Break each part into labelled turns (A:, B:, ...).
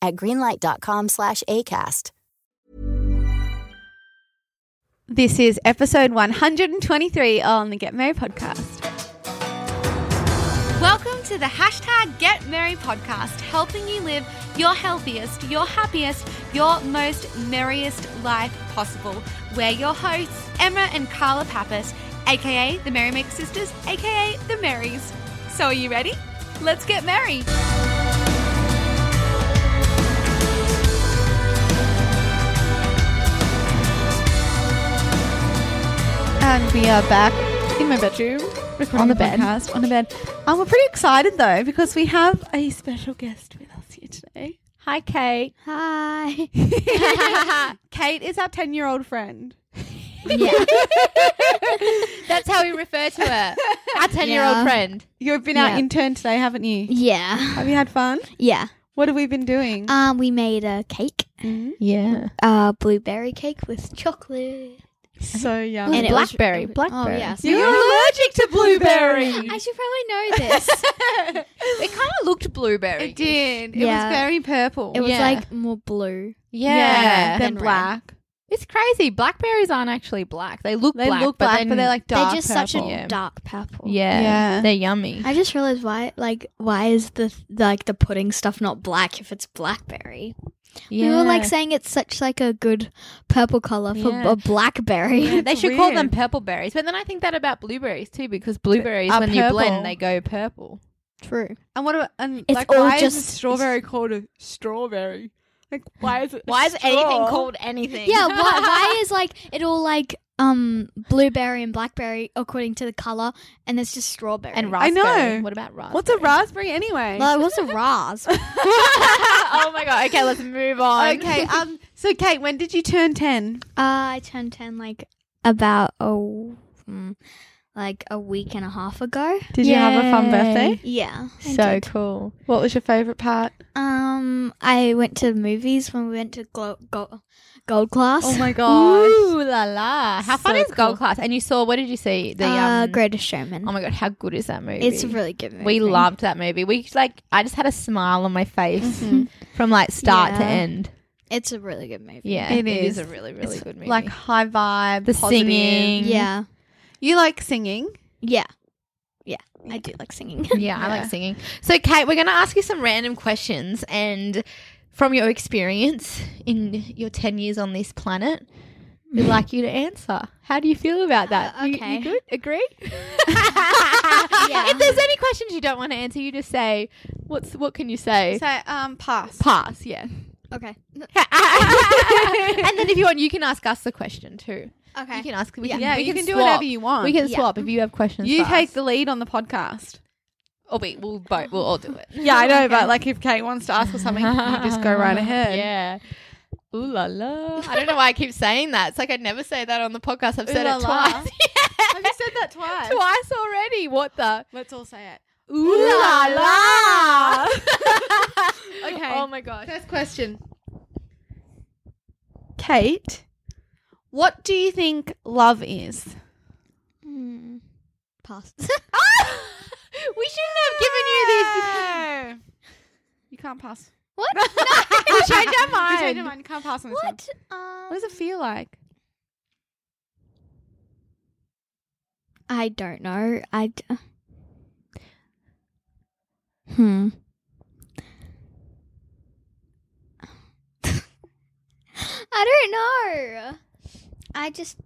A: at greenlight.com/acast.
B: This is episode 123 on the Get Merry podcast. Welcome to the hashtag Get Merry podcast, helping you live your healthiest, your happiest, your most merriest life possible. We're your hosts, Emma and Carla Pappas, aka the Merrymaker Sisters, aka the Marys. So, are you ready? Let's get merry. And we are back in my bedroom, recording
C: On the
B: a
C: bed.
B: podcast, on the bed. Um, we're pretty excited though because we have a special guest with us here today. Hi, Kate.
C: Hi.
B: Kate is our ten-year-old friend.
C: yeah.
D: That's how we refer to her. Our 10 year
C: Yeah.
D: old friend.
B: You've been our
C: Yeah.
B: intern today, haven't you?
C: Yeah.
B: Have you had fun?
C: Yeah.
B: What have we been doing?
C: Um, we made a cake,
D: Yeah.
C: a blueberry cake with chocolate.
B: so yum.
C: And it was-
D: blackberry.
C: Oh
D: blackberry.
C: yeah.
B: You're allergic to blueberry.
C: I should probably know this.
D: It kind of looked blueberry.
B: It did. It
C: Yeah.
B: was very purple.
C: it was
D: Yeah.
C: like more blue.
D: Yeah.
B: Then
C: Then
B: black.
D: It's crazy. Blackberries aren't actually black. They look
B: They
D: black.
B: look black, but, they're like dark.
C: They're just such a
B: purple.
C: dark purple.
D: Yeah.
B: Yeah.
D: They're yummy.
C: I just realized why, like, why is the th- like the pudding stuff not black if it's blackberry?
D: yeah.
C: We were like saying it's such like a good purple color for
D: Yeah.
C: a blackberry.
B: Yeah.
D: they
B: It's
D: should call
B: weird.
D: them purple berries. But then I think that about blueberries too, because blueberries,
B: Are
D: when you
B: purple.
D: blend, they go purple.
C: True.
B: And what about and
C: It's
B: like
C: all
B: why is
C: just-
B: a strawberry called a strawberry? Like why is it? a straw?
D: anything?
C: Yeah. Why, why is like it all like um blueberry and blackberry according to the color, and it's just strawberry
D: And
B: I
D: raspberry.
B: know.
D: What about raspberry?
B: What's a raspberry anyway?
C: Well, it was a rasp.
D: oh my god. Okay, let's move on.
B: okay. Um. So Kate, when did you turn ten?
C: Uh, I turned 10 like about oh, mm, like a week and a half ago.
B: Did you have a fun birthday?
C: Yeah. I
D: So
C: did.
D: cool.
B: What was your favorite part?
C: Um, I went to the movies when we went to Glo- Go- Gold Class.
B: Oh my gosh.
D: Ooh la la! How fun
C: So
D: is
C: cool.
D: Gold Class? And you saw what did you see? The
C: uh,
D: um,
C: Greatest Showman.
D: Oh my god, how good is that movie?
C: it's a really good movie.
D: we loved that movie. We like I just had a smile on my face
B: Mhm.
D: from like start to
C: Yeah.
D: end.
C: It's a really good movie.
D: Yeah,
B: It
D: it is.
B: is.
D: a really really
B: It's
D: good movie.
B: Like high vibe,
D: The
B: positive.
D: singing.
C: Yeah.
B: You like singing?
C: Yeah. Yeah. I do like singing.
D: yeah, I
B: Yeah.
D: like singing. So Kate, we're going to ask you some random questions and from your experience in your 10 years on this planet, we'd like you to answer. How do you feel about that?
C: Uh,
D: You-
C: okay.
D: You, good? Agree?
C: Yeah.
D: If there's any questions you don't want to answer, you just say what's what can you say?
B: So um, pass.
D: Pass, yeah.
C: okay.
D: and then if you want, you can ask us the question too. You
C: Okay.
D: can ask. We
C: Yeah.
D: can,
B: yeah,
D: we
B: you can, do
D: swap.
B: whatever you want.
D: We can
C: Yeah.
D: swap if you have questions.
B: You
D: for
B: take
D: us.
B: the lead on the podcast.
D: Oh wait, we'll both. We'll all do it.
B: Yeah, I know, but like if Kate wants to ask or something, you just go right ahead.
D: Yeah. Ooh la la. I don't know why I keep saying that. It's like I'd never say that on the podcast. I've
B: Ooh
D: said
B: la
D: it
B: la.
D: twice.
B: Have you said that twice?
D: twice already. What the?
B: Let's all say it.
D: Ooh la la.
B: Okay.
D: Oh my gosh.
B: First question. Kate, what do you think love is?
C: Mm. Pass.
D: we shouldn't have given you this.
B: You can't pass.
C: what?
D: We changed our
B: You changed
D: mind.
B: your mind. You can't pass on this one.
C: What? Um,
B: What does it feel like?
C: I don't know. I. D- hmm. I don't know. I just.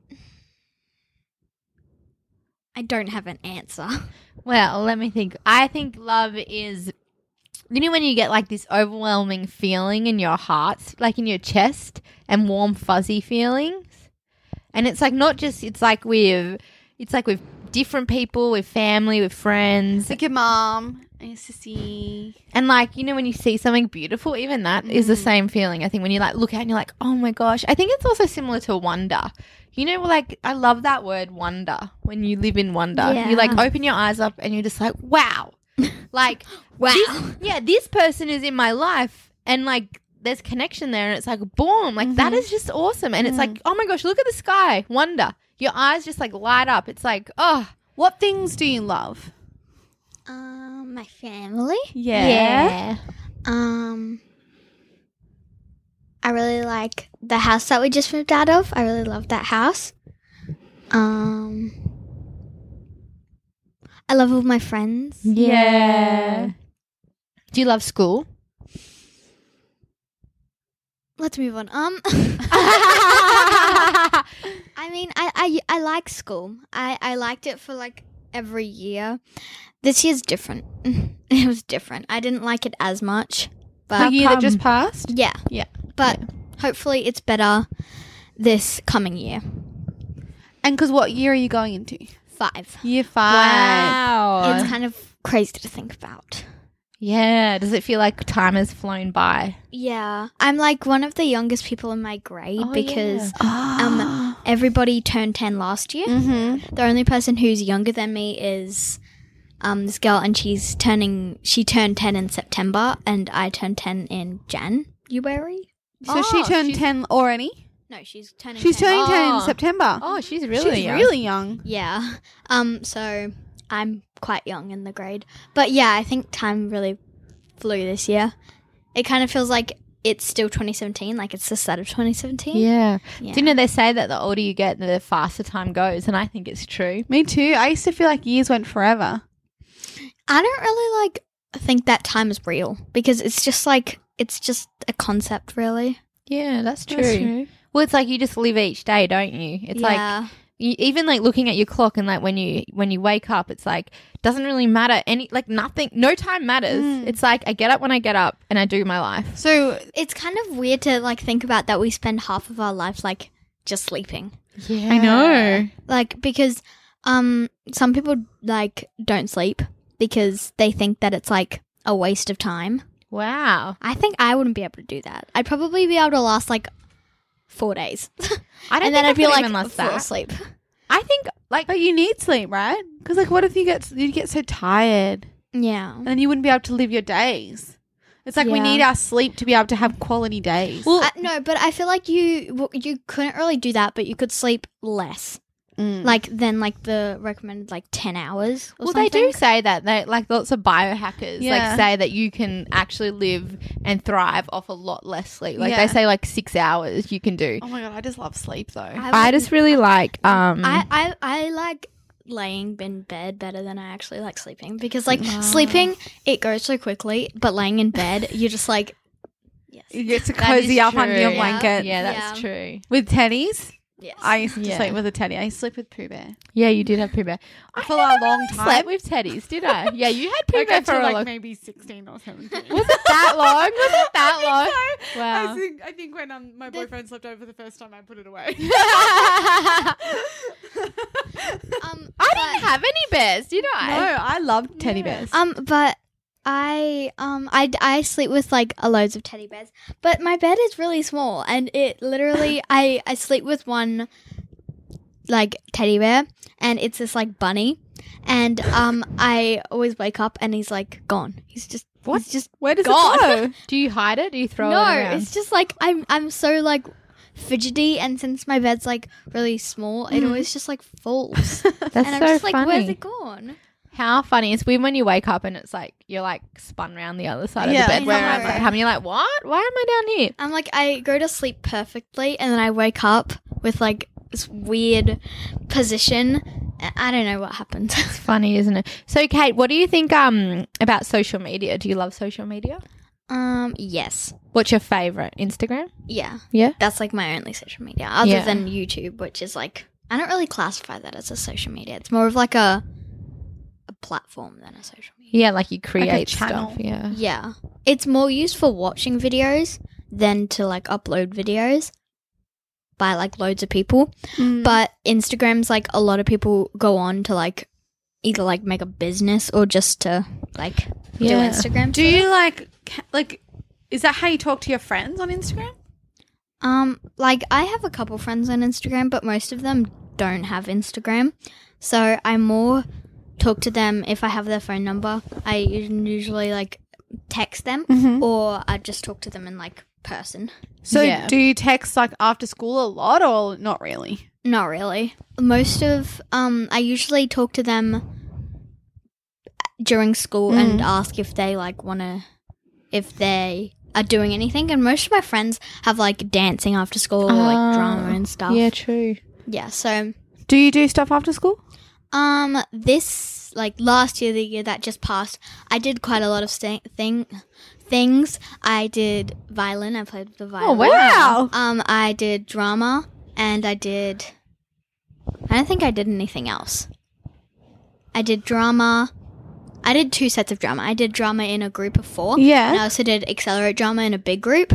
C: I don't have an answer.
D: Well, let me think. I think love is you know when you get like this overwhelming feeling in your heart, like in your chest, and warm fuzzy feelings, and it's like not just it's like with it's like with different people, with family, with friends.
B: Like your mum and your sissy.
D: And like, you know, when you see something beautiful, even that is the same feeling. I think when you like look out and you're like, oh my gosh. I think it's also similar to wonder. You know, like I love that word wonder. When you live in wonder, you like
E: Yeah.
D: open your eyes up and you're just like, wow. like, wow. yeah, this person is in my life and like there's connection there and it's like, boom, like that is just awesome. And it's like, oh my gosh, look at the sky. Wonder. Your eyes just like light up. It's like, oh,
B: What things do you love?
A: Um, my family.
B: Yeah.
C: Um, I really like the house that we just moved out of. I really love that house. Um, I love all my friends.
D: Yeah. Do you love school?
C: Let's move on. Um, I mean, I, I I like school. I I liked it for like every year. This year's different. it was different. I didn't like it as much,
B: The
C: but
B: year that just passed?
C: yeah,
B: Yeah.
C: But hopefully, it's better this coming year.
B: And because what year are you going into?
C: Five.
B: Year five.
D: Wow.
C: It's kind of crazy to think about.
D: yeah. Does it feel like time has flown by?
C: Yeah, I'm like one of the youngest people in my grade
D: Oh,
C: because
B: Ah.
C: um everybody turned 10 last year.
B: Mm-hmm.
C: The only person who's younger than me is um this girl and she's turning she turned 10 in September and I turned 10 in January.
B: So
D: Oh,
B: she turned
D: she's-
B: 10 already?
C: No, she's turning
B: She's
C: 10.
B: turning 10 in
D: Oh.
B: September.
D: Oh, she's really
B: she's
D: young.
B: really young.
C: Yeah. Um so I'm quite young in the grade. But yeah, I think time really flew this year. It kind of feels like it's still 2017, like it's the start of 2017.
D: Yeah.
C: Yeah.
D: Do you know they say that the older you get, the faster time goes, and I think it's true.
B: Me too. I used to feel like years went forever.
C: I don't really like think that time is real because it's just like it's just a concept, really.
D: Yeah, that's true. Well, it's like you just live each day, don't you? It's like
C: yeah,
D: you, even like looking at your clock and like when you when you wake up, it's like doesn't really matter any like nothing. No time matters.
B: Mm.
D: It's like I get up when I get up and I do my life.
B: So
C: it's kind of weird to like think about that we spend half of our life like just sleeping,
D: Yeah, I know.
C: like because um some people like don't sleep because they think that it's like a waste of time.
D: Wow.
C: I think I wouldn't be able to do that. I'd probably be able to last like four days,
D: I don't
C: and then
D: think I
C: I'd be
D: could
C: like
D: even last
C: fall
D: that.
C: asleep.
D: I think like
B: But you need sleep, right? Because like, what if you get you get so tired,
C: Yeah,
B: and then you wouldn't be able to live your days. It's like we
C: Yeah.
B: need our sleep to be able to have quality days.
D: well,
C: I, no, but I feel like you w- you couldn't really do that, but you could sleep less.
B: Mm.
C: like then like the recommended like 10 hours
D: Hmm.
C: or
D: well, they do
C: something.
D: say that they like lots of biohackers
B: Yeah.
D: like say that you can actually live and thrive off a lot less sleep. Like
B: Yeah.
D: they say like six hours you can do.
B: oh my god, I just love sleep though.
D: I just really like um
C: I, I i like laying in bed better than i actually like sleeping because like sleeping it goes so quickly but laying in bed you're just like yes
B: you get to
D: That is
B: cozy up under your
D: true.
B: blanket
D: yeah, that's
C: Yeah.
D: true.
B: with teddies.
C: yes
B: I used to
D: Yeah.
B: sleep with a teddy. I used to sleep with Pooh Bear.
D: Yeah, you did have poo bear. I
B: For a long
D: never
B: time.
D: slept with teddies, did I? Yeah, you had poo bear for a long.
B: maybe sixteen or seventeen.
D: Was it that long? Was it that long? Wow.
B: think I think when um, my boyfriend slept over the first time, I put it away.
C: um
D: I
C: but-
D: didn't have any bears, did I?
B: No, I loved teddy bears.
C: um but i um I, I sleep with like a loads of teddy bears but my bed is really small and it literally i i sleep with one like teddy bear and it's this like bunny and um i always wake up and he's like gone he's just
D: What?
C: he's just
B: Where does
D: God.
B: it go?
D: Do you hide it? Do you throw
C: no
D: it around?
C: it's just like i'm i'm so like fidgety and since my bed's like really small it always just like falls
D: That's
C: and i'm
D: so
C: just like
D: funny.
C: where's it gone
D: How funny. It's weird when you wake up and it's like you're like spun round the other side
B: Yeah,
D: of the bed
C: I
D: where
C: know.
D: I'm like having you're like, What? Why am I down here?
C: I'm like, I go to sleep perfectly, and then I wake up with like this weird position. I- I don't know what happened.
D: It's funny, isn't it? So Kate, what do you think um about social media? Do you love social media?
C: um, yes,
D: What's your favourite? Instagram?
C: yeah,
D: Yeah.
C: That's like my only social media, other
D: Yeah.
C: than YouTube, which is like I don't really classify that as a social media. It's more of like a a platform than a social media.
D: Yeah, like you create
B: channel.
D: stuff. Yeah.
C: Yeah, it's more used for watching videos than to like upload videos. by like loads of people.
B: Mm.
D: Mm.
E: But
C: But Instagram's like a lot of people go on to like either like make a business or just to like
D: Yeah.
C: do Instagram.
B: Do you like ca- like is that how you talk to your friends on Instagram?
C: Um, like I have a couple friends on Instagram, but most of them don't have Instagram. So I more talk to them if I have their phone number. I us- usually like text them
B: Mm-hmm.
C: or I just talk to them in like person.
B: So
D: Yeah.
B: do you text like after school a lot or not really?
C: Not really. Most of um I usually talk to them during school
D: Hmm.
C: and ask if they like want to if they are doing anything and most of my friends have like dancing after school or
D: Ah,
C: like drama and stuff.
D: Yeah, true.
C: Yeah, so
B: Do you do stuff after school?
C: Um, this like last year, the year that just passed, I did quite a lot of sta- thing things. I did violin. I played the
D: Oh,
C: violin.
B: Oh, wow.
C: Um, I did drama, and I did. I don't think I did anything else. I did drama. I did two sets of drama. I did drama in a group of four.
B: Yeah.
C: And I also did accelerate drama in a big group.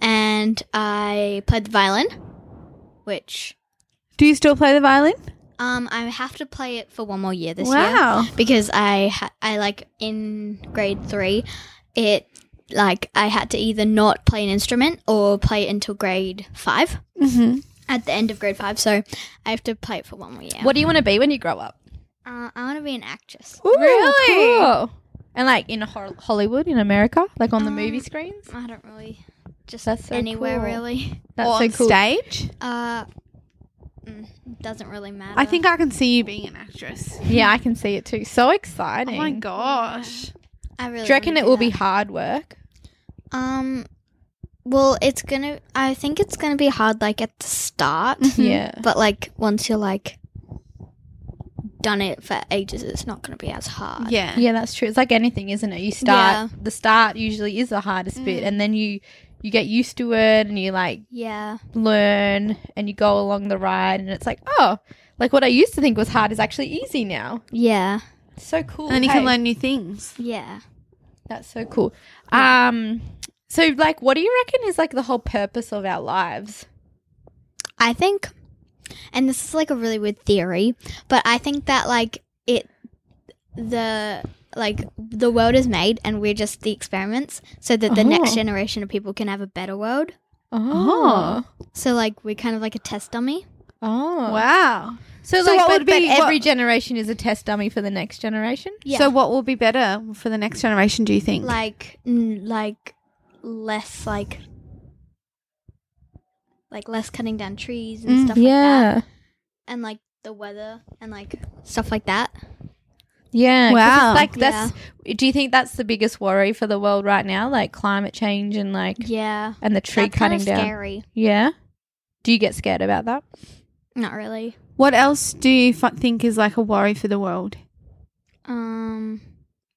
C: And I played the violin, which
B: Do you still play the violin?
C: um, I have to play it for one more year this year
B: wow.
C: because I ha- I like in grade three, it like I had to either not play an instrument or play it until grade five
B: Mm-hmm.
C: at the end of grade five. So I have to play it for one more year.
D: What do you want to be when you grow up?
C: Uh, I want to be an actress.
D: really? Cool. And like in Hol- Hollywood, in America, like on the
C: Um,
D: movie screens.
C: I don't really just
D: That's so
C: anywhere
D: cool.
C: really.
D: That's
B: or
D: so
B: on
D: cool. Uh-huh.
B: stage?
C: Uh, mm, doesn't really matter.
B: I think I can see you being an actress.
D: Yeah, I can see it too. So
B: Oh
D: exciting.
B: my gosh.
C: I really
D: Do you reckon
C: wanna
D: it
C: do
D: will be
C: that.
D: hard work?
C: um. Well, it's gonna. I think it's gonna be hard, like at the start.
D: Yeah.
C: But like once you're like done it for ages, it's not going to be as hard.
B: Yeah.
D: Uh, Yeah, that's true. It's like anything, isn't it? You start the start usually is the hardest bit, and then you you get used to it, and you like
C: Yeah.
D: learn, and you go along the ride, and it's like oh, like what I used to think was hard is actually easy now.
C: Yeah.
D: It's so cool.
B: And then you
D: hey.
B: can learn new things.
C: Yeah.
D: That's so cool. Um, so like, what do you reckon is like the whole purpose of our lives?
C: I think and this is like a really weird theory, but I think that like it the like the world is made and we're just the experiments so that the next
D: Oh.
C: generation of people can have a better world.
D: Oh,
C: So like we're kind of like a test dummy.
D: oh,
B: Wow.
D: So,
B: So
D: like,
B: what
D: but,
B: would
D: but
B: be-
D: every
B: what-
D: generation is a test dummy for the next generation.
C: Yeah.
B: So what will be better for the next generation, do you think?
C: like n- like less like like less cutting down trees and
B: Mm,
C: stuff like that and like the weather and like stuff like that
D: Yeah. 'cause it's
B: Wow.
D: Like that's. Do you think that's the biggest worry for the world right now? Like climate change and like
C: yeah
D: and the tree
C: That's kind
D: cutting
C: of
D: down.
C: scary
D: Yeah. Do you get scared about that?
C: not really
B: what else do you f- think is like a worry for the world?
C: um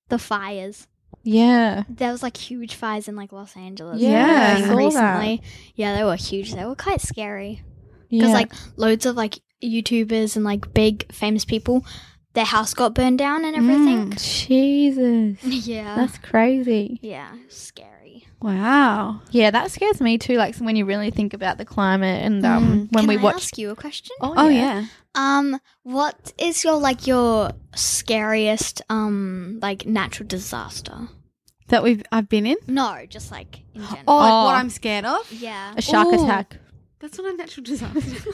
C: the fires
D: Yeah.
C: there was like huge fires in like los angeles
D: Yeah,
C: I think,
D: I saw that.
C: recently yeah they were huge they were quite scary
D: Yeah.
C: because like loads of like youtubers and like big famous people their house got burned down and everything
D: Mm. Jesus.
C: yeah
D: That's crazy.
C: yeah scary
B: Wow.
D: Yeah, that scares me too. Like when you really think about the climate and um, when
C: Mm. Can
D: we
C: I
D: watch.
C: ask you a question?
B: Oh yeah.
C: Um, what is your like your scariest um like natural disaster?
B: That we've I've been in.
C: No, just like in general.
B: Oh, like what
D: Oh.
B: I'm scared of.
C: Yeah.
D: A shark
B: Ooh.
D: attack.
B: That's not a natural disaster.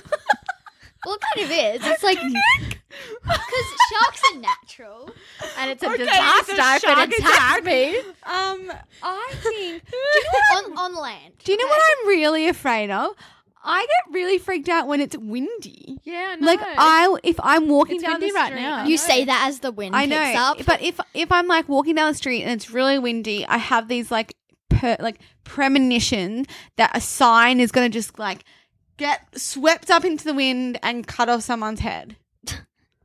C: Well, it kind of is. It's like because sharks are natural, and it's a
B: Okay, it's
C: disaster.
B: a shark attack.
D: me.
B: um, I think.
C: on, on land.
B: Do you know what I'm really afraid of? I get really freaked out when it's windy.
D: Yeah,
B: Like I, if I'm walking
D: It's
B: down the
D: windy
B: street,
D: right now.
C: You say that as the wind
B: I
C: picks
B: know,
C: up.
B: but if if I'm like walking down the street and it's really windy, I have these like per, like premonition that a sign is going to just like get swept up into the wind and cut off someone's head.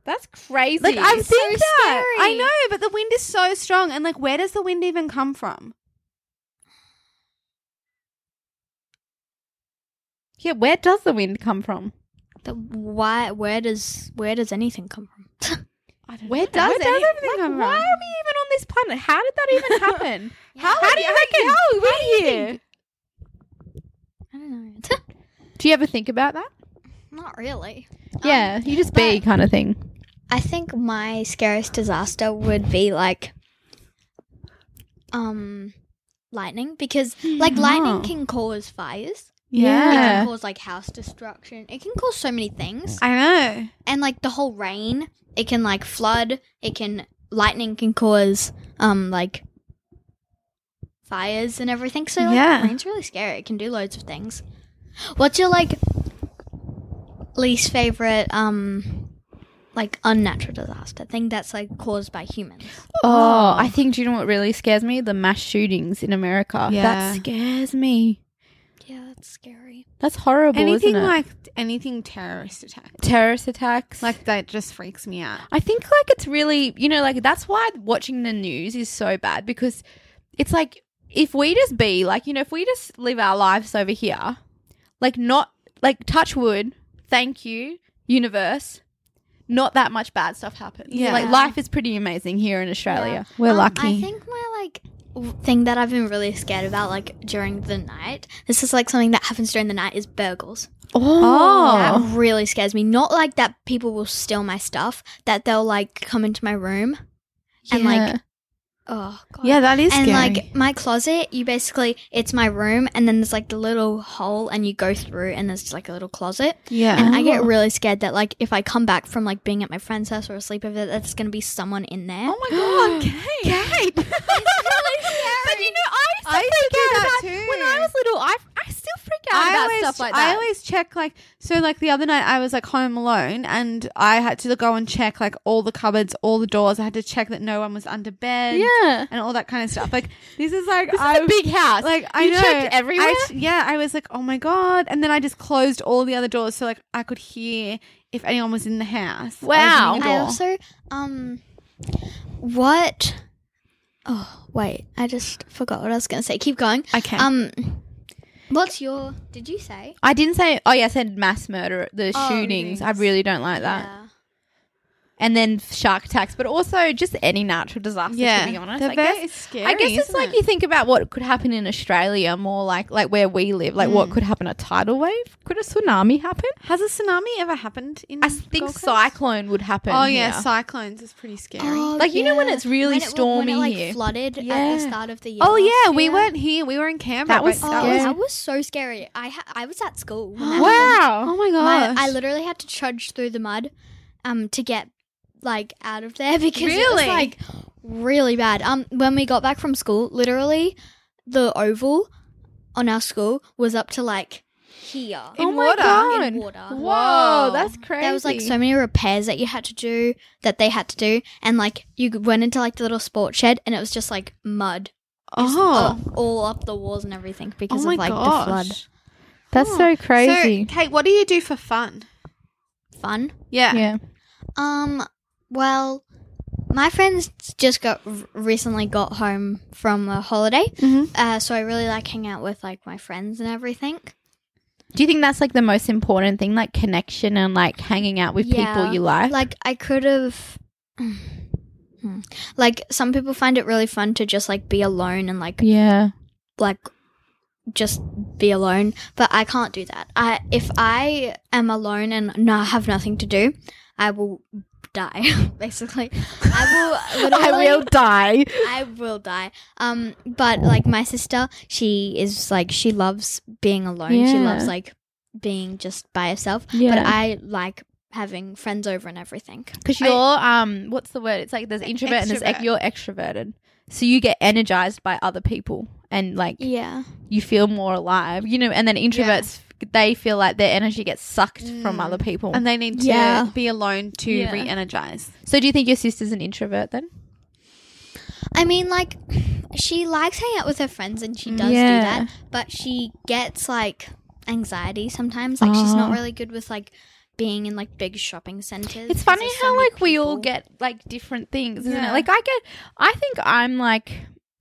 D: That's crazy.
B: Like I
C: It's so
B: think that I
C: scary.
B: know, but the wind is so strong, and like, where does the wind even come from?
D: yeah, where does the wind come from?
C: The, why? Where does where does anything come from?
B: I don't
D: Where
B: know. Where
D: does, it?
B: everything
D: Like,
B: come
D: Why are
B: from?
D: we even on this planet? How did that even happen?
B: How, do you reckon? How are we here?
C: I don't know.
B: Do
D: Do you ever think about that?
C: Not really. Um,
D: yeah, you just be kind of thing.
C: I think my scariest disaster would be like um lightning because like lightning
B: Oh.
C: can cause fires. It can
D: Yeah.
C: cause like house destruction. It can cause so many things.
B: I know.
C: And like the whole rain, it can like flood, it can lightning can cause um like fires and everything. So like
B: Yeah.
C: rain's really scary. It can do loads of things. What's your like least favorite um like unnatural disaster thing that's like caused by humans?
D: Oh, I think. Do you know what really scares me? The mass shootings in America.
B: Yeah.
D: That scares me.
C: Yeah, that's scary.
D: That's horrible,
B: Anything
D: isn't it?
B: like anything terrorist attack.
D: terrorist attacks.
B: Like that just freaks me out.
D: I think like it's really you know like that's why watching the news is so bad because it's like if we just be like you know if we just live our lives over here like not like touch wood thank you universe not that much bad stuff happens
B: Yeah.
D: like life is pretty amazing here in Australia we're
C: Um,
D: lucky
C: I think my like w- thing that I've been really scared about like during the night. This is like something that happens during the night is burgles.
D: oh
C: That really scares me. Not like that people will steal my stuff, that they'll like come into my room. And like, oh, God.
B: Yeah, that is
C: And
B: scary.
C: like my closet, you basically, it's my room, and then there's like the little hole, and you go through, and there's just, like a little closet.
B: yeah.
C: And I get really scared that, like, if I come back from like being at my friend's house or a sleepover, that there's gonna be someone in there.
D: oh my god Kate Kate but you know I used to
B: I used to
D: freak
B: do
D: out
B: that
D: about-
B: too.
D: when I was little I I still freak out about stuff like that
B: I always check like so like the other night I was like home alone and I had to go and check like all the cupboards, all the doors. I had to check that no one was under bed.
D: yeah
B: And all that kind of stuff. Like this is like
D: This
B: I
D: is a big house.
B: like I
D: you
B: know
D: checked
B: I
D: everywhere.
B: ch- yeah, I was like, oh my god, and then I just closed all the other doors so like I could hear if anyone was in the house. I was
D: Wow.
B: in the
C: I
B: door.
C: also, um, what? Oh, wait, I just forgot what I was gonna say. Keep going.
B: okay.
C: Um, what's your? Did you say?
D: I didn't say. Oh yeah, I said mass murder, the
C: Oh,
D: shootings. I
C: shootings.
D: really don't like that.
C: Yeah.
D: And then shark attacks, but also just any natural disaster.
B: yeah,
D: to be honest,
B: They're
D: I
B: very
D: guess.
B: scary,
D: I guess it's
B: isn't
D: like
B: it?
D: you think about what could happen in Australia, more like like where we live, like
B: Mm.
D: what could happen a tidal wave? Could a tsunami happen?
B: Has a tsunami ever happened in?
D: I think
B: Gold Coast?
D: cyclone would happen.
B: Oh yeah,
D: here.
B: cyclones is pretty scary.
C: Oh,
D: like you know when
C: yeah.
D: it's really
C: When it wa-
D: stormy
C: when it, like,
D: here.
C: flooded at
D: Yeah.
C: the start of the year.
B: Oh yeah,
C: last
B: we
C: year.
B: weren't here. We were in Canberra.
D: That was
B: but
C: Oh,
D: Scary.
C: that was so scary. I ha- I was at school. when that happened.
D: wow.
B: Oh my
C: My-
B: gosh.
C: I literally had to trudge through the mud, um, to get like out of there because it was
B: Really?
C: like really bad. Um, when we got back from school, literally the oval on our school was up to like here
B: In
D: oh my
B: water.
D: God.
C: in water.
D: Whoa, that's crazy.
C: There was like so many repairs that you had to do that they had to do, and like you went into like the little sports shed, and it was just like mud just
B: oh.
C: up- all up the walls and everything
B: Oh
C: because
B: my
C: of like
B: gosh.
C: the flood.
D: That's
B: Huh.
D: so crazy.
B: So, Kate, what do you do for fun?
C: Fun.
B: Yeah.
D: yeah.
C: Um. Well, my friends just got r- recently got home from a holiday,
B: Mhm.
D: Mm-hmm.
C: uh, so I really like hanging out with like my friends and everything.
D: Do you think that's like the most important thing, like connection and like hanging out with
C: Yeah.
D: people you like?
C: Like I could have. hmm. Like some people find it really fun to just like be alone and like
D: yeah.
C: like just be alone but i can't do that i if i am alone and no have nothing to do i will die basically i will literally,
D: I will die.
C: i will die um but like my sister she is like she loves being alone she
D: Yeah.
C: loves like being just by herself
D: Yeah.
C: but i like having friends over and everything
D: Because
B: I-
D: you're um, what's the word? It's like there's introvert and there's
B: extrovert.
D: ex- you're extroverted, so you get energized by other people and like
C: yeah
D: you feel more alive, you know. And then introverts, they feel like their energy gets sucked from
B: Mm.
D: other people.
B: And they need to
C: Yeah.
B: be alone to
D: Yeah.
B: re-energize.
D: so, do you think your sister's an introvert then?
C: I mean, like, she likes hanging out with her friends and she does
D: Yeah.
C: do that, but she gets like anxiety sometimes. Like, she's not
D: Oh.
C: really good with like being in like big shopping centers.
D: It's funny how like we all get like different things, isn't
B: Yeah.
D: it? Like I get, I think I'm like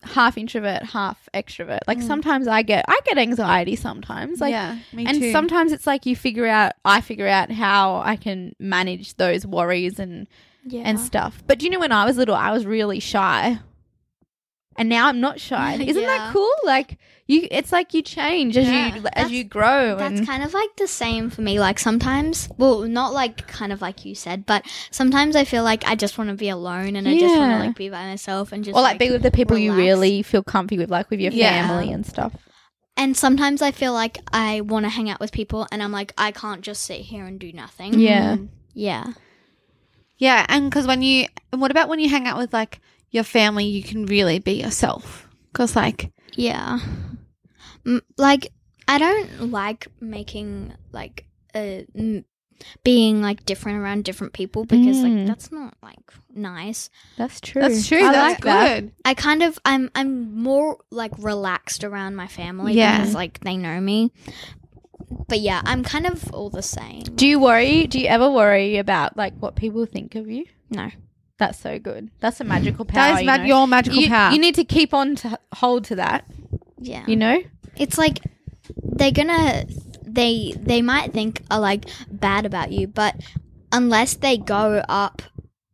D: half introvert, half extrovert. Like
B: Mm.
D: sometimes I get, I get anxiety sometimes. Like
B: yeah, me
D: and
B: too.
D: sometimes it's like you figure out i figure out how i can manage those worries and
C: yeah.
D: and stuff but you know when i was little i was really shy and now I'm not shy. Isn't
E: Yeah.
D: that cool? Like you, it's like you change as
B: Yeah.
D: you as
C: That's-
D: you grow.
C: That's
D: and
C: kind of like the same for me. Like sometimes, well, not like kind of like you said, but sometimes I feel like I just want to be alone and I just want
D: Yeah.
C: to like be by myself and just
D: or like be with the people you
C: relax.
D: really feel comfy with, like with your
C: Yeah.
D: family and stuff.
C: And sometimes I feel like I want to hang out with people and I'm like I can't just sit here and do nothing.
D: Yeah.
C: Yeah.
B: Yeah, and because when you, and what about when you hang out with like your family, you can really be yourself. Because like,
C: Yeah. M- like I don't like making like uh, m- being like different around different people because
D: Mm.
C: like that's not like nice.
D: That's true.
B: that's true.
D: I
B: that's
D: like that.
B: good.
C: I kind of I'm I'm more like relaxed around my family
B: Yeah.
C: because like they know me. But yeah, I'm kind of all the same.
D: Do you worry? Do you ever worry about like what people think of you?
C: No.
D: That's so good. That's a magical power.
B: That is
D: you
B: mag-
D: know?
B: your magical
D: you,
B: power.
D: you need to keep on to hold to that.
C: yeah.
D: You know.
C: It's like they're gonna they they might think are like bad about you, but unless they go up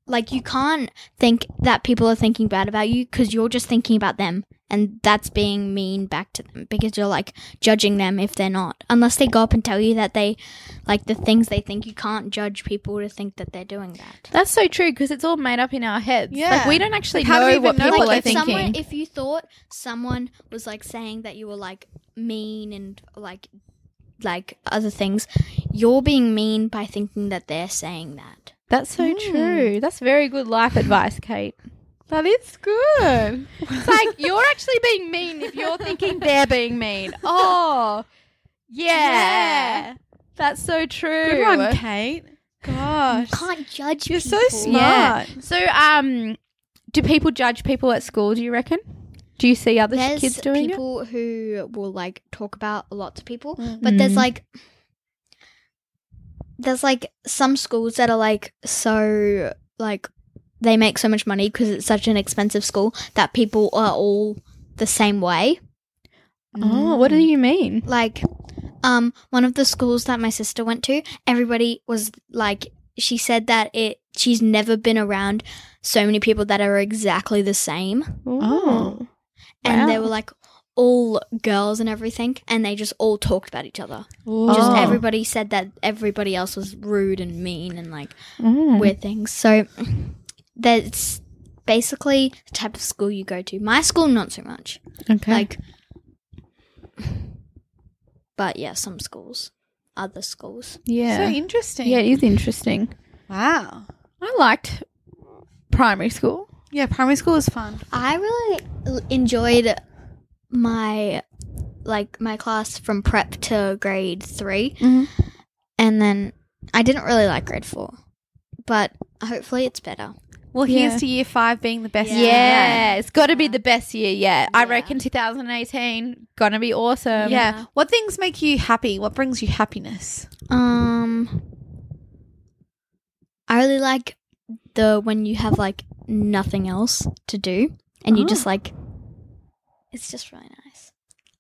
C: like you can't think that people are thinking bad about you because you're just thinking about them and that's being mean back to them because you're like judging them if they're not unless they go up and tell you that they like the things they think you can't judge people to think that they're doing that
D: That's so true because it's all made up in our heads.
B: Yeah.
D: Like we don't actually
B: Like, how do we
D: know
B: even
D: what
B: know
D: people
B: what
D: are
C: if
B: they're
D: thinking.
C: someone if you thought someone was like saying that you were like mean and like like other things you're being mean by thinking that they're saying that
D: That's so true. That's very good life advice, Kate. Hmm. That is good. It's like you're actually being mean if you're thinking they're being mean. Oh, yeah.
B: Yeah.
D: That's so true.
B: Good one, Kate. Gosh,
C: you can't judge
B: you're so
C: people.
D: Yeah.
B: smart.
D: So, um, do people judge people at school? Do you reckon? Do you see other
C: there's
D: kids doing it?
C: people who will like talk about lots of people but there's
D: Mm.
C: like there's like some schools that are like so like they make so much money because it's such an expensive school that people are all the same way
D: Oh, what do you mean?
C: like um one of the schools that my sister went to everybody was like she said that it she's never been around so many people that are exactly the same
B: Oh.
C: and they
D: Wow.
C: were like all girls and everything and they just all talked about each other just
D: Oh.
C: everybody said that everybody else was rude and mean and like
D: Mm.
C: weird things so that's basically the type of school you go to my school not so much
D: okay.
C: like but yeah some schools other schools
D: yeah,
B: So interesting.
D: yeah, it is interesting.
B: Wow.
D: I liked primary school.
B: Yeah, primary school is fun.
C: i really l- enjoyed my like my class from prep to grade 3
B: Mhm.
C: and then i didn't really like grade four but hopefully it's better
B: Well,
D: Yeah.
B: here's to year five being the best.
C: Yeah.
D: Yeah, it's got to be the best year yet. I
C: Yeah.
D: reckon 2018 gonna be awesome.
B: yeah. Yeah. What things make you happy? What brings you happiness?
C: um i really like the when you have like nothing else to do and you just like it's just really nice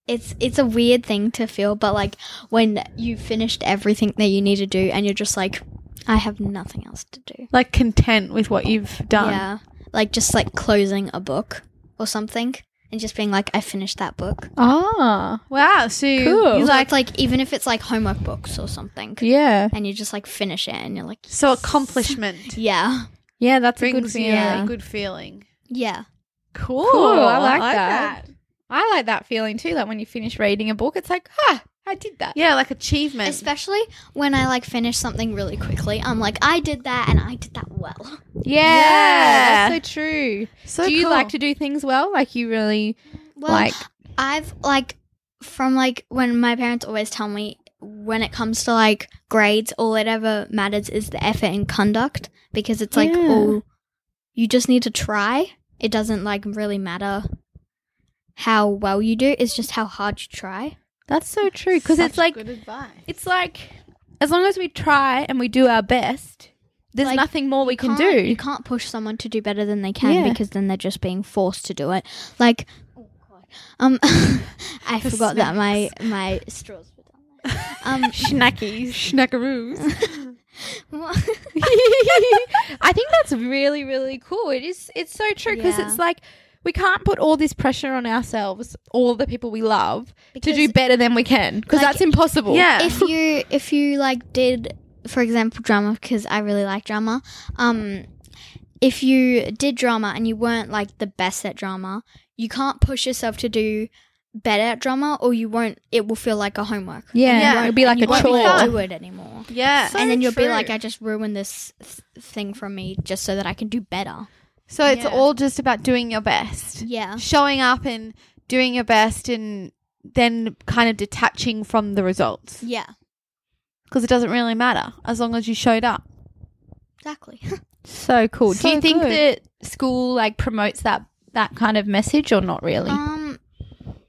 C: it's it's a weird thing to feel but like when you've finished everything that you need to do and you're just like i have nothing else to do
B: Like content with what you've done.
C: yeah like just like closing a book or something and just being like i finished that book
D: Ah,
B: Wow. So
D: Cool.
B: you
C: So
B: like
C: it's like even if it's like homework books or something
D: yeah,
C: and you just like finish it and you're like
B: so accomplishment
C: yeah
D: yeah. That's a good
B: brings you
D: feeling.
C: yeah.
B: a good feeling.
C: yeah
B: Cool.
D: I like, that. I like that feeling too. Like when you finish reading a book, it's like, ah, I did that.
B: Yeah, like achievement.
C: Especially when I like finish something really quickly. I'm like, I did that and I did that well.
D: Yeah,
B: Yeah.
D: that's so true.
B: so
D: do you
B: cool.
D: like to do things well? Like you really
C: Well,
D: like?
C: I've like from like when my parents always tell me when it comes to like grades, all it ever matters is the effort and conduct because it's like
D: Yeah.
C: all you just need to try. It doesn't like really matter how well you do, it's just how hard you try.
D: That's so true because it's
B: Such
D: like
B: good advice.
D: it's like as long as we try and we do our best, there's
C: Like,
D: nothing more we can
C: can't-
D: do.
C: You can't push someone to do better than they can
D: Yeah.
C: because then they're just being forced to do it. Like, um, I
B: The
C: forgot that my my straws were down there. Um,
D: Schnackies.
B: Schnackaroos.
C: wha-
D: I think that's really really cool. It is. It's so true because
C: Yeah.
D: it's like we can't put all this pressure on ourselves, all the people we love, to do better than we can because
C: like,
D: that's impossible.
C: Because if you if you like did for example drama because I really like drama. Um, if you did drama and you weren't like the best at drama, you can't push yourself to do better at drama, or you won't. It will feel like a homework.
D: yeah,
B: Yeah.
D: it'd be like
C: you
D: a
C: won't
D: chore.
C: wanna do it anymore.
B: Yeah.
C: and then you'll be like, I just ruined this th- thing from me just so that I can do better.
B: so it's
D: Yeah.
B: all just about doing your best,
C: Yeah.
D: Uh-huh.
B: showing up and doing your best, and then kind of detaching from the results
C: Yeah.
B: because it doesn't really matter as long as you showed up.
C: Exactly.
D: So cool.
B: So
D: Do you think
B: good.
D: that school like promotes that that kind of message or not really?
C: um.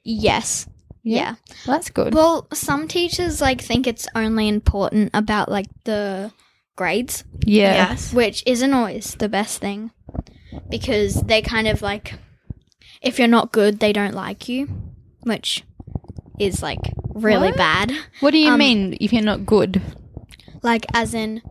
C: Yes. yeah.
D: Well, that's good.
C: Well, some teachers like think it's only important about like the grades,
D: yeah.
C: which isn't always the best thing because they kind of like if you're not good, they don't like you, which is like really
D: What?
C: bad.
D: What do you
C: Um,
D: mean if you're not good?
C: Like as in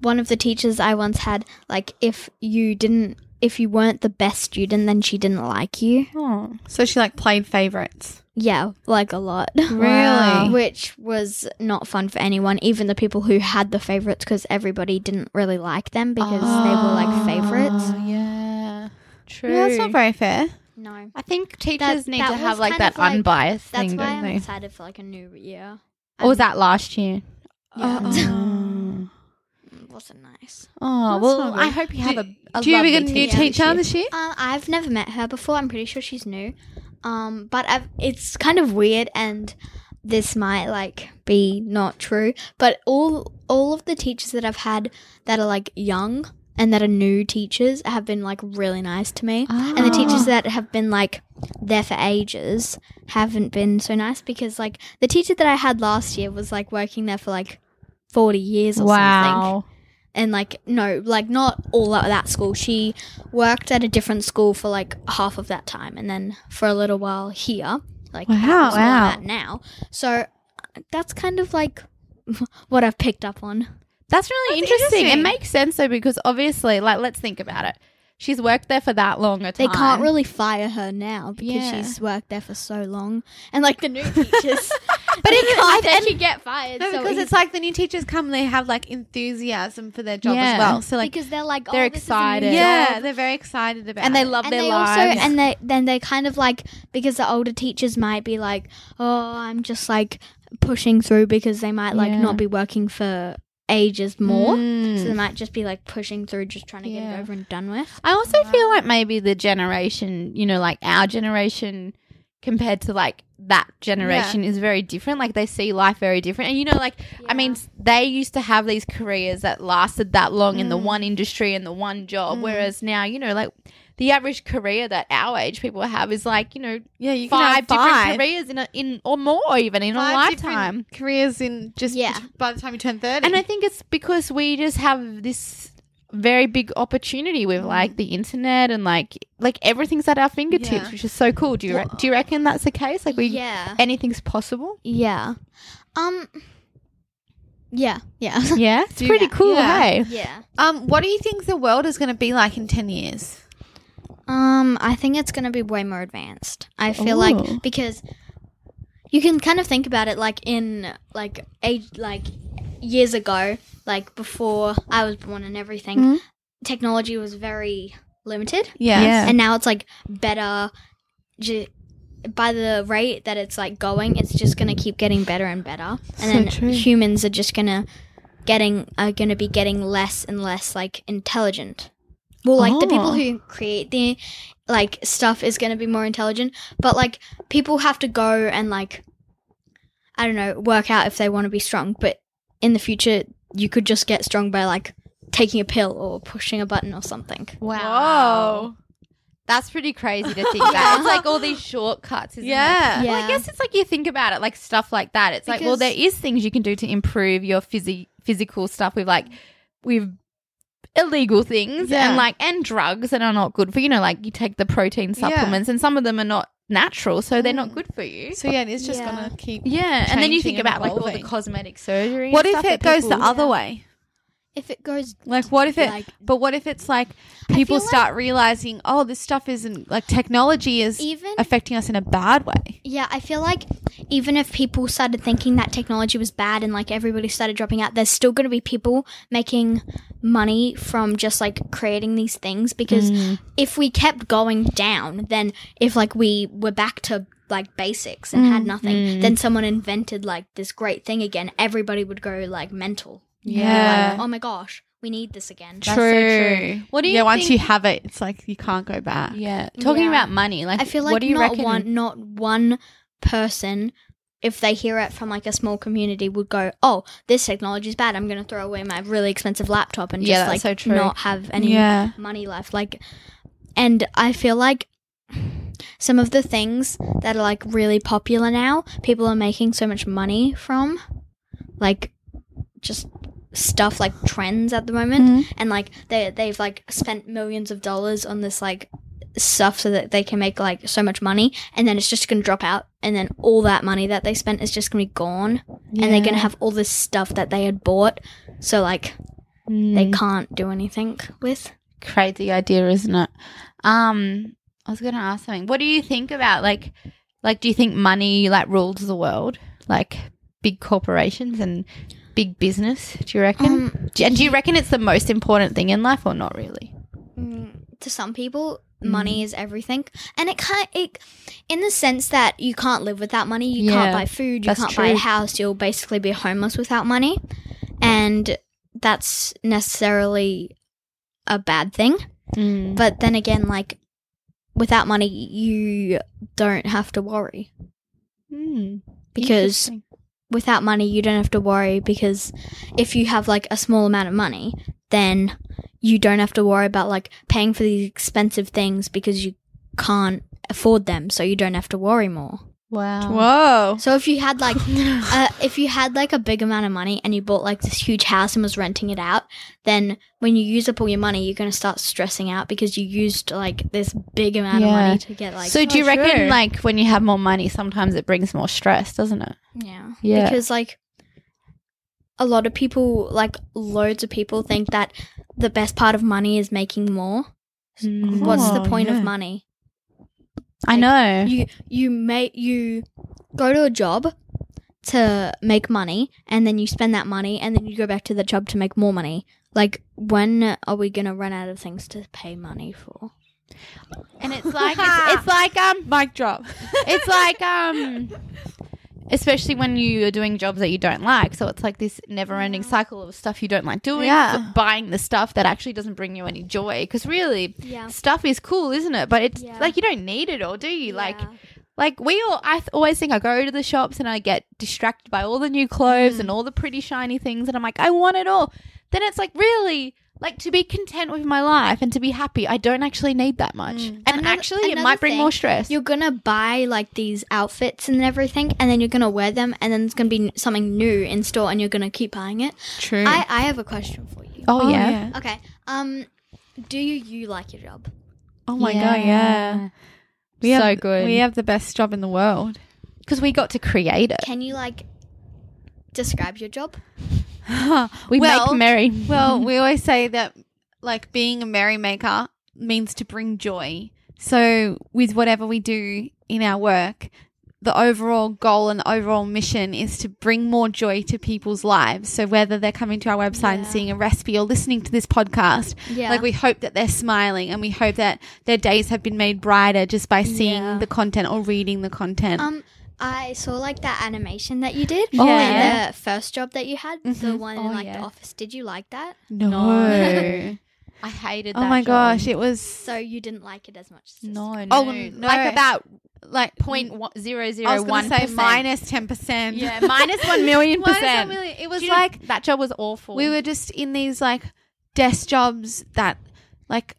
C: one of the teachers I once had like if you didn't if you weren't the best student, then she didn't like you.
D: Oh.
B: So she like played favorites.
C: Yeah, like a lot.
D: Really?
C: Which was not fun for anyone, even the people who had the favorites, because everybody didn't really like them because they were like favorites.
D: Yeah. True.
B: Oh, Yeah, that's not very fair.
C: No.
D: I think teachers
C: That-
D: need
C: that
D: to have
C: was
D: like
C: kind of
D: that
C: like-
D: unbiased
C: That's
D: thing,
C: why
D: don't
C: I'm
D: they?
C: excited for like a new year.
D: Or was that last year?
C: Yeah.
B: Uh-uh.
D: Oh,
C: It wasn't nice.
D: oh
B: That's
D: well,
B: not
D: I
B: good.
D: hope you have
B: Do-
D: a, a
B: Do you ever
D: lovely
B: get a new
C: teacher.
B: teacher this year?
C: Um, I've never met her before. I'm pretty sure she's new. Um, but I've, it's kind of weird, and this might like be not true. But all all of the teachers that I've had that are like young and that are new teachers have been like really nice to me. And the teachers that have been like there for ages haven't been so nice because like the teacher that I had last year was like working there for like forty years or something
D: Wow.
C: and like no like not all at that school she worked at a different school for like half of that time and then for a little while here like at the
D: Wow,
C: school I'm
D: wow.
C: at now so that's kind of like what i've picked up on
D: That's really
B: That's
D: interesting.
B: interesting.
D: It makes sense though because obviously, like, let's think about it. She's worked there for that long a
C: they
D: time.
C: can't really fire her now because
D: Yeah.
C: she's worked there for so long and like the new teachers
D: But
C: they
D: even-
C: can't
D: I-
C: let
D: and-
C: you get fired
B: No,
C: so
B: because
C: easy.
B: it's like the new teachers come, they have like enthusiasm for their job
D: Yeah.
B: as well. So like,
C: because they're like
D: they're
C: oh, this is a new
D: excited.
C: job.
B: yeah, they're very excited about
D: and they
B: it.
D: love
C: and
D: their
C: they
D: lives.
C: also and they then they kind of like because the older teachers might be like oh i'm just like pushing through because they might like
D: Yeah.
C: not be working for ages more so they
D: Mm.
C: might just be like pushing through just trying to get
D: Yeah.
C: it over and done with
D: I also feel like maybe the generation, you know, like our generation compared to like that generation is very different. Like they see life very different. And you know, like, I mean, s- they used to have these careers that lasted that long in the
C: Mm.
D: one industry and the one job. Whereas now, you know, like the average career that our age people have is like, you know,
B: yeah, you
D: five,
B: can have
D: different careers in a, in or more even in a
B: five different
D: lifetime.
B: careers in just
C: Yeah.
B: by the time you turn 30.
D: And I think it's because we just have this very big opportunity
B: Mm.
D: with like the internet and like like everything's at our fingertips,
B: Yeah.
D: which is so cool. Do you re- do you reckon that's the case? Like we
C: yeah
D: anything's possible.
C: yeah um yeah yeah
D: Yeah, it's
B: Do
D: pretty
B: that.
D: cool.
B: Yeah.
D: Hey,
C: yeah
B: um, what do you think the world is going to be like in 10 years?
C: um i think it's gonna be way more advanced i feel
D: Ooh.
C: like because you can kind of think about it like in like age like years ago like before i was born and everything
D: Mhm.
C: technology was very limited
D: Yeah.
C: and now it's like better ju- by the rate that it's like going it's just gonna keep getting better and better and
D: So
C: then
D: true.
C: humans are just gonna getting are gonna be getting less and less like intelligent well like the people
D: Oh.
C: who create the like stuff is gonna be more intelligent but like people have to go and like i don't know work out if they want to be strong but in the future you could just get strong by like taking a pill or pushing a button or something
D: wow. That's pretty crazy to think that. It's like all these shortcuts, isn't it?
B: Yeah.
D: Well, I guess it's like you think about it, like stuff like that. It's like, well,
C: Because-
D: there is things you can do to improve your physi- physical stuff with like with illegal things
B: Yeah.
D: and like and drugs that are not good for you know, like you take the protein
B: Yeah. Mm.
D: supplements and some of them are not natural, so they're not good for you.
B: So yeah, and it's just
C: Yeah.
B: going to keep.
D: yeah, and then you
B: changing
D: think
B: and
D: about like all the
B: evolving.
D: cosmetic surgery. and
B: What if
D: stuff that
B: it goes the
D: people-
B: other way?
C: if it goes
B: Like, what if it?
C: like
B: but what if it's like people
C: feel like-
B: start realizing, oh, this stuff isn't like technology is
C: even
B: affecting us in a bad way.
C: Yeah, I feel like even if people started thinking that technology was bad and like everybody started dropping out, there's still going to be people making money from just like creating these things because if we kept going down, then if like we were back to like basics and had nothing, then someone invented like this great thing again, everybody would go like mental. They'd be like,
B: Yeah.
C: oh my gosh, we need this again.
D: That's so true. What do you
B: yeah, once you
D: think-
B: have it, it's like you can't go back.
D: Yeah. Talking
C: Yeah.
D: about money, like
C: I feel like
D: what do you
C: not
D: reckon?
C: one not one person if they hear it from like a small community would go, "Oh, this technology is bad. I'm going to throw away my really expensive laptop and just
D: Yeah, that's
C: like
D: so true.
C: not have any
B: yeah.
C: money left." Like and I feel like some of the things that are like really popular now, people are making so much money from like just stuff like trends at the moment and like they they've like spent millions of dollars on this like stuff so that they can make like so much money and then it's just going to drop out and then all that money that they spent is just going to be gone and they're going to have all this stuff that they had bought so like they
D: Mm.
C: can't do anything with
D: crazy idea, isn't it? Um, I was gonna ask something. What do you think about like, like, do you think money like rules the world, like big corporations and big business? Do you reckon?
C: um,
D: Do- and do you reckon it's the most important thing in life, or not really?
C: mm, to some people
D: Mm-hmm.
C: money is everything and it can't it in the sense that you can't live without money you
D: Yeah,
C: can't buy food you
D: that's
C: can't buy a
D: true.
C: house you'll basically be homeless without money and that's necessarily a bad thing But then again, like without money, you don't have to worry
D: Mm.
C: because
D: Interesting.
C: without money, you don't have to worry because if you have like a small amount of money, then you don't have to worry about like paying for these expensive things because you can't afford them, so you don't have to worry more.
D: wow,
B: Whoa.
C: So if you had like uh, if you had like a big amount of money and you bought like this huge house and was renting it out, then when you use up all your money, you're gonna start stressing out because you used like this big amount of
D: Yeah.
C: money to get like Oh,
D: so do you
B: so
D: reckon
B: true.
D: like when you have more money, sometimes it brings more stress, doesn't it?
C: yeah
D: Yeah.
C: because like a lot of people like loads of people think that the best part of money is making more. What's the
B: Oh,
C: point
B: yeah.
C: of money?
D: I know.
C: You you make you go to a job to make money and then you spend that money and then you go back to the job to make more money. Like when are we going to run out of things to pay money for?
D: and it's like it's, it's like um,
B: Mic drop.
D: it's like um especially when you're doing jobs that you don't like so it's like this never-ending cycle of stuff you don't like doing
B: Yeah.
D: f- buying the stuff that actually doesn't bring you any joy because really
C: Yeah.
D: stuff is cool isn't it but it's
C: Yeah.
D: like you don't need it all do you like like we all i th- always think i go to the shops and i get distracted by all the new clothes and all the pretty shiny things and i'm like i want it all then it's like really like to be content with my life and to be happy i don't actually need that much and
C: Another-
D: actually it
C: another
D: might bring
C: thing,
D: more stress
C: You're going to buy like these outfits and everything and then you're going to wear them and then it's going to be n- something new in store and you're going to keep buying it.
B: True.
C: I I have a question for you.
D: oh, yeah.
C: Okay. Um do you, you like your job?
B: Oh my god. Yeah. We
D: so
B: have,
D: good.
B: We have the best job in the world.
D: because we got to create it.
C: Can you like describe your job?
D: We
B: Well-
D: make merry.
B: Well, we always say that like being a merrymaker means to bring joy. So with whatever we do in our work, the overall goal and overall mission is to bring more joy to people's lives. So whether they're coming to our website and
C: Yeah.
B: seeing a recipe or listening to this podcast,
C: Yeah.
B: like we hope that they're smiling and we hope that their days have been made brighter just by seeing
C: Yeah.
B: the content or reading the content.
C: Um, I saw like that animation that you did.
B: Oh,
C: Oh,
B: yeah.
C: The first job that you had, the one
D: Oh,
C: in like
D: yeah.
C: the office. Did you like that?
B: no.
D: I hated.
B: oh my gosh, it was
C: So you didn't like it as much. as this
D: No, no.
B: Oh, no.
D: like about
B: like
D: point one, zero
B: I
D: zero
B: was going
D: one
B: to say
D: percent.
B: minus ten percent.
D: Yeah, minus one million
B: Minus
D: percent.
B: one million. It was
D: Do you-
B: like
D: that job was awful.
B: we were just in these like desk jobs that like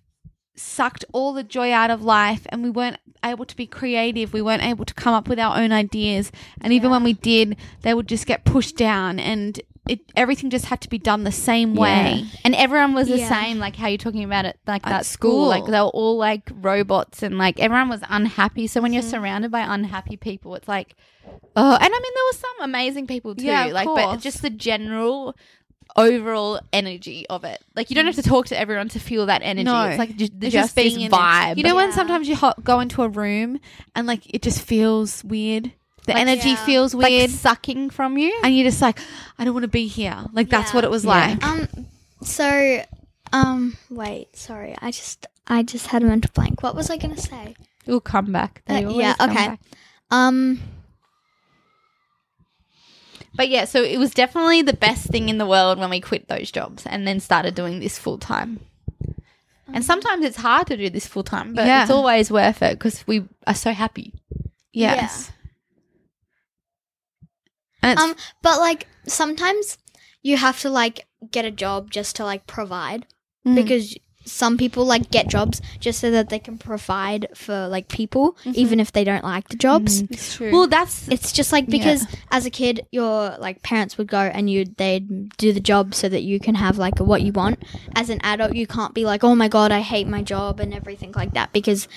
B: sucked all the joy out of life, and we weren't able to be creative. We weren't able to come up with our own ideas, and even when we did, they would just get pushed down, and it, everything just had to be done the same way.
D: Yeah. and everyone was the
C: Yeah.
D: same. Like how you're talking about it, like
B: At
D: that school. Like
B: school.
D: they were all like robots, and like everyone was unhappy. So when you're surrounded by unhappy people, it's like, oh. And I mean, there were some amazing people too.
B: Yeah, of
D: like, but
B: course.
D: just the general overall energy of it. Like you don't have to talk to everyone to feel that energy.
B: No.
D: It's like ju- the
B: It's
D: just being
B: in it.
D: vibe.
B: You know when
E: Yeah.
B: sometimes you ho- go into a room and like it just feels weird. The energy
E: yeah.
B: feels
D: like
B: weird,
D: sucking from you.
B: and you're just like, I don't want to be here. Like that's
E: Yeah.
B: what it was
D: Yeah.
B: like.
C: Um. So, um. Wait. Sorry. I just. I just had a mental blank. What was I gonna say?
D: It'll come back.
C: Uh,
D: They always
C: yeah,
D: come
C: okay.
D: back.
C: Um.
D: But yeah, so it was definitely the best thing in the world when we quit those jobs and then started doing this full time. And sometimes it's hard to do this full time, but
B: Mm. Yeah.
D: it's always worth it because we are so happy.
B: Yes. And it's,
C: Um. But like sometimes you have to like get a job just to like provide
B: Mhm.
C: because some people like get jobs just so that they can provide for like people even if they don't like the jobs.
B: it's true.
D: Well, that's
C: It's just like
D: Yeah.
C: because as a kid, your like parents would go and you they'd do the job so that you can have like what you want. As an adult, you can't be like, oh my god, I hate my job and everything like that because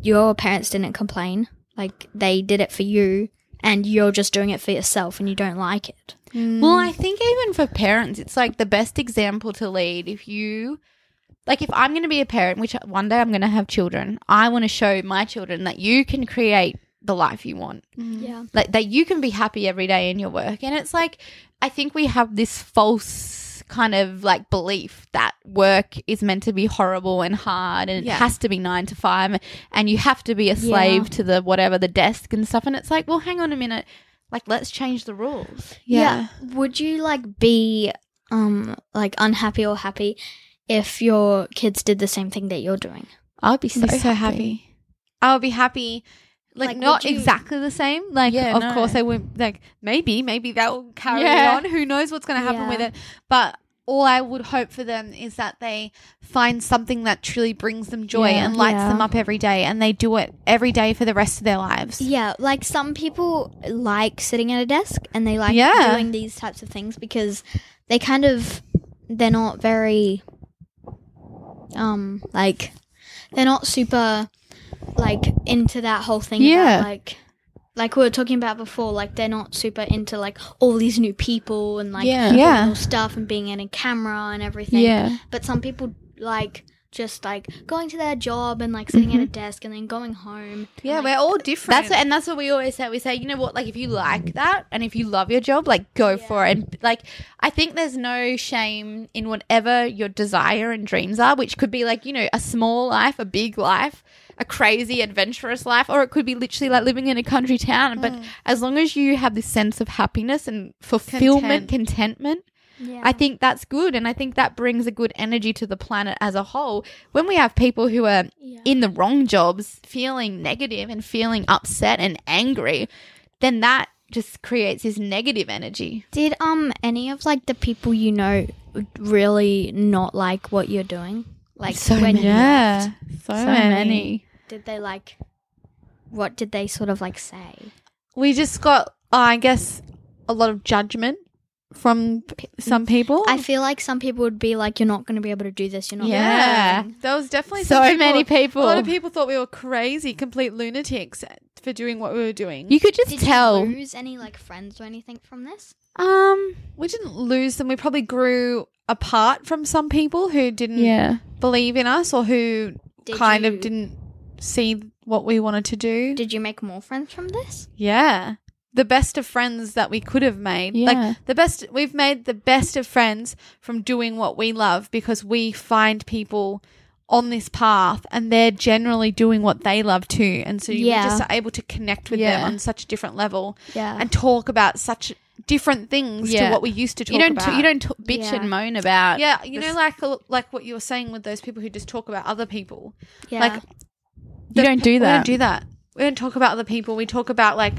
C: your parents didn't complain. Like they did it for you, and you're just doing it for yourself, and you don't like it.
D: Well, I think even for parents, it's like the best example to lead. If you, like, if I'm going to be a parent, which one day I'm going to have children, I want to show my children that you can create the life you want,
C: Yeah,
D: like, that you can be happy every day in your work. And it's like, I think we have this false kind of like belief that work is meant to be horrible and hard and
B: Yeah.
D: it has to be nine to five and you have to be a slave to the whatever the desk and stuff. And it's like, well, hang on a minute. Like, let's change the rules.
B: yeah.
C: Would you like be um like unhappy or happy if your kids did the same thing that you're doing?
D: I'll be
B: Be
D: so,
B: so, happy. I'll be happy. Like,
C: Like,
B: not
C: would you-
B: exactly the same. Like
D: Yeah,
B: of
D: no.
B: course I wouldn't like maybe, maybe they'll carry
D: Yeah.
B: it on. Who knows what's gonna happen
C: Yeah.
B: with it. But all I would hope for them is that they find something that truly brings them joy
D: Yeah.
B: and lights
C: Yeah.
B: them up every day and they do it every day for the rest of their lives.
C: Yeah, like some people like sitting at a desk and they like
B: Yeah.
C: doing these types of things because they kind of they're not very um like they're not super like into that whole thing
B: Yeah.
C: about like like we were talking about before like they're not super into like all these new people and like
D: Yeah.
C: all
B: Yeah.
C: new stuff and being in a camera and everything but some people like just like going to their job and like sitting at a desk and then going home
B: Mm-hmm. Yeah, we're all different.
D: That's and that's what we always say. We say, you know what, like if you like that and if you love your job, like go for it. And like I think there's no shame in whatever your desire and dreams are, which could be like, you know, a small life, a big life, a crazy adventurous life, or it could be literally like living in a country town. But as long as you have this sense of happiness and
B: Content.
D: fulfillment, contentment,
C: yeah
D: I think that's good. And I think that brings a good energy to the planet as a whole. When we have people who are
C: Yeah.
D: in the wrong jobs, feeling negative and feeling upset and angry, then that just creates this negative energy.
C: Did um any of like the people you know really not like what you're doing? Like when you left,
D: So,
C: many. did they like what did they sort of like say?
B: we just got oh, I guess a lot of judgment from p-
D: mm,
B: some people.
C: I feel like some people would be like, "You're not going to be able to do this. You're not."
D: Yeah.
C: Gonna do
B: There was definitely
D: So
B: some
D: many people.
B: A lot of people thought we were crazy, complete lunatics for doing what we were doing.
D: You could just
C: this." Did
D: tell.
C: you lose any like friends or anything from this?
D: um,
B: we didn't lose them. We probably grew apart from some people who didn't
D: yeah.
B: believe in us or who
C: Did
B: kind
C: you-
B: of didn't see what we wanted to do.
C: Did you make more friends from this?
B: yeah. The best of friends that we could have made.
D: Yeah.
B: Like the best we've made the best of friends from doing what we love because we find people on this path and they're generally doing what they love too. And so you
C: Yeah.
B: just are able to connect with
D: Yeah.
B: them on such a different level
C: Yeah.
B: and talk about such different things
D: Yeah.
B: to what we used to talk
D: You don't
B: about.
D: t- you don't t- bitch
C: Yeah.
D: and moan about
B: yeah, you
D: this-
B: know, like like what you were saying with those people who just talk about other people.
C: Yeah.
B: Like
D: You don't do
B: We
D: that.
B: don't do that. We don't talk about other people. We talk about like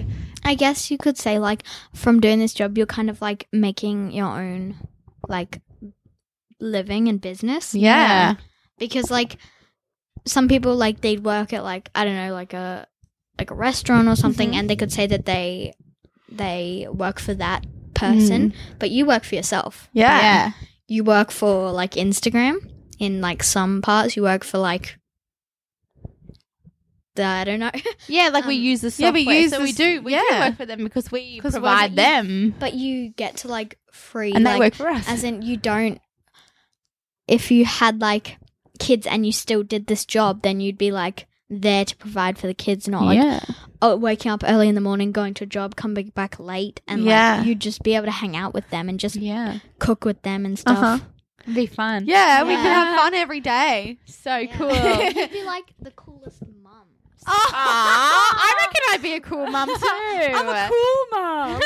C: I guess you could say like from doing this job, you're kind of like making your own like living and business.
D: Yeah.
C: because like some people like they'd work at like I don't know like a like a restaurant or something,
D: Mm-hmm.
C: and they could say that they they work for that person, but you work for yourself.
D: Mm. Yeah.
C: You work for like Instagram in like some parts. You work for like I don't know.
D: Yeah, like we
C: Um,
D: use the
B: yeah,
D: software.
B: we use
D: so
B: the
D: we
B: s-
D: do. We do
B: yeah.
D: work for them because we
B: 'Cause we're
D: provide
B: the-
D: them,
C: but you get to like free
D: and they
C: like,
D: work for us.
C: as in you don't if you had like kids and you still did this job then you'd be like there to provide for the kids not like
D: yeah,
C: oh waking up early in the morning going to a job coming back late and
D: Yeah.
C: like you'd just be able to hang out with them and just
D: yeah,
C: cook with them and stuff
D: Uh-huh. It'd be fun.
B: Yeah, we can
C: Yeah.
B: have fun every day.
D: so
C: Yeah.
D: cool.
C: you'd be like the coolest mum
D: Aw, I reckon I'd be a cool mum too.
B: I'm a cool mom.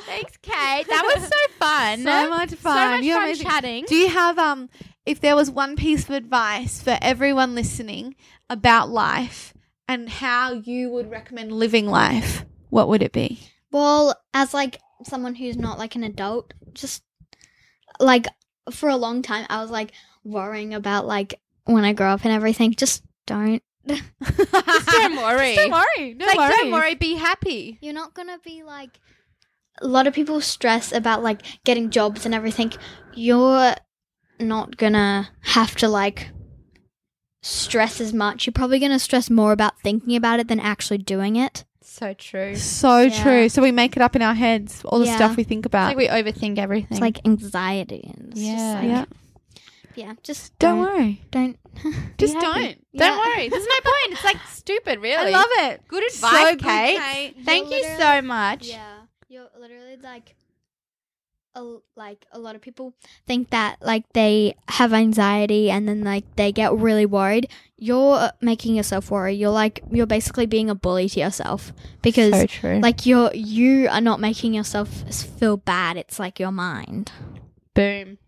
D: Thanks, Kate. That was so fun.
B: so much
D: So
B: fun.
D: much
B: You're
D: fun
B: amazing.
D: chatting.
B: Do you have um? If there was one piece of advice for everyone listening about life and how you would recommend living life, what would it be?
C: well as like someone who's not like an adult just like for a long time i was like worrying about like when i grow up and everything just don't
B: Just
D: don't worry.
B: Don't worry. No
D: like,
B: worries.
D: don't worry. Be happy.
C: You're not gonna be like a lot of people stress about like getting jobs and everything. You're not gonna have to like stress as much. You're probably gonna stress more about thinking about it than actually doing it.
D: So true.
B: So
C: Yeah.
B: true. So we make it up in our heads, all the
C: Yeah.
B: stuff we think about.
D: Like we overthink everything.
C: It's like anxiety and it's
D: Yeah.
C: just like
B: yeah.
C: yeah. just
B: Don't
C: don't
B: worry.
C: don't
B: Just
C: happy.
B: don't.
C: Yeah.
D: don't worry. There's no point. It's like stupid, really.
B: I love it.
D: Good
B: So
D: advice,
B: good,
D: Kate.
B: Kate.
D: Thank
C: You're
D: you so
C: literally-
D: much.
C: Yeah, you're literally like, a, like a lot of people think that like they have anxiety and then like they get really worried. You're uh, making yourself worry. You're like you're basically being a bully to yourself because
D: So true.
C: like you're you are not making yourself s- feel bad. It's like your mind.
D: boom.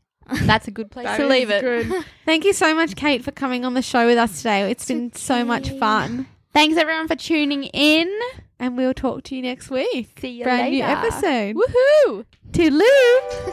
D: That's a good place to leave it.
B: Thank you so much, Kate, for coming on the show with us today. It's been so much
C: okay.
B: fun.
D: Thanks everyone for tuning in.
B: And we'll talk to you next week.
D: See you
B: Brand new
D: later.
B: episode.
D: Woohoo!
B: Toodaloo.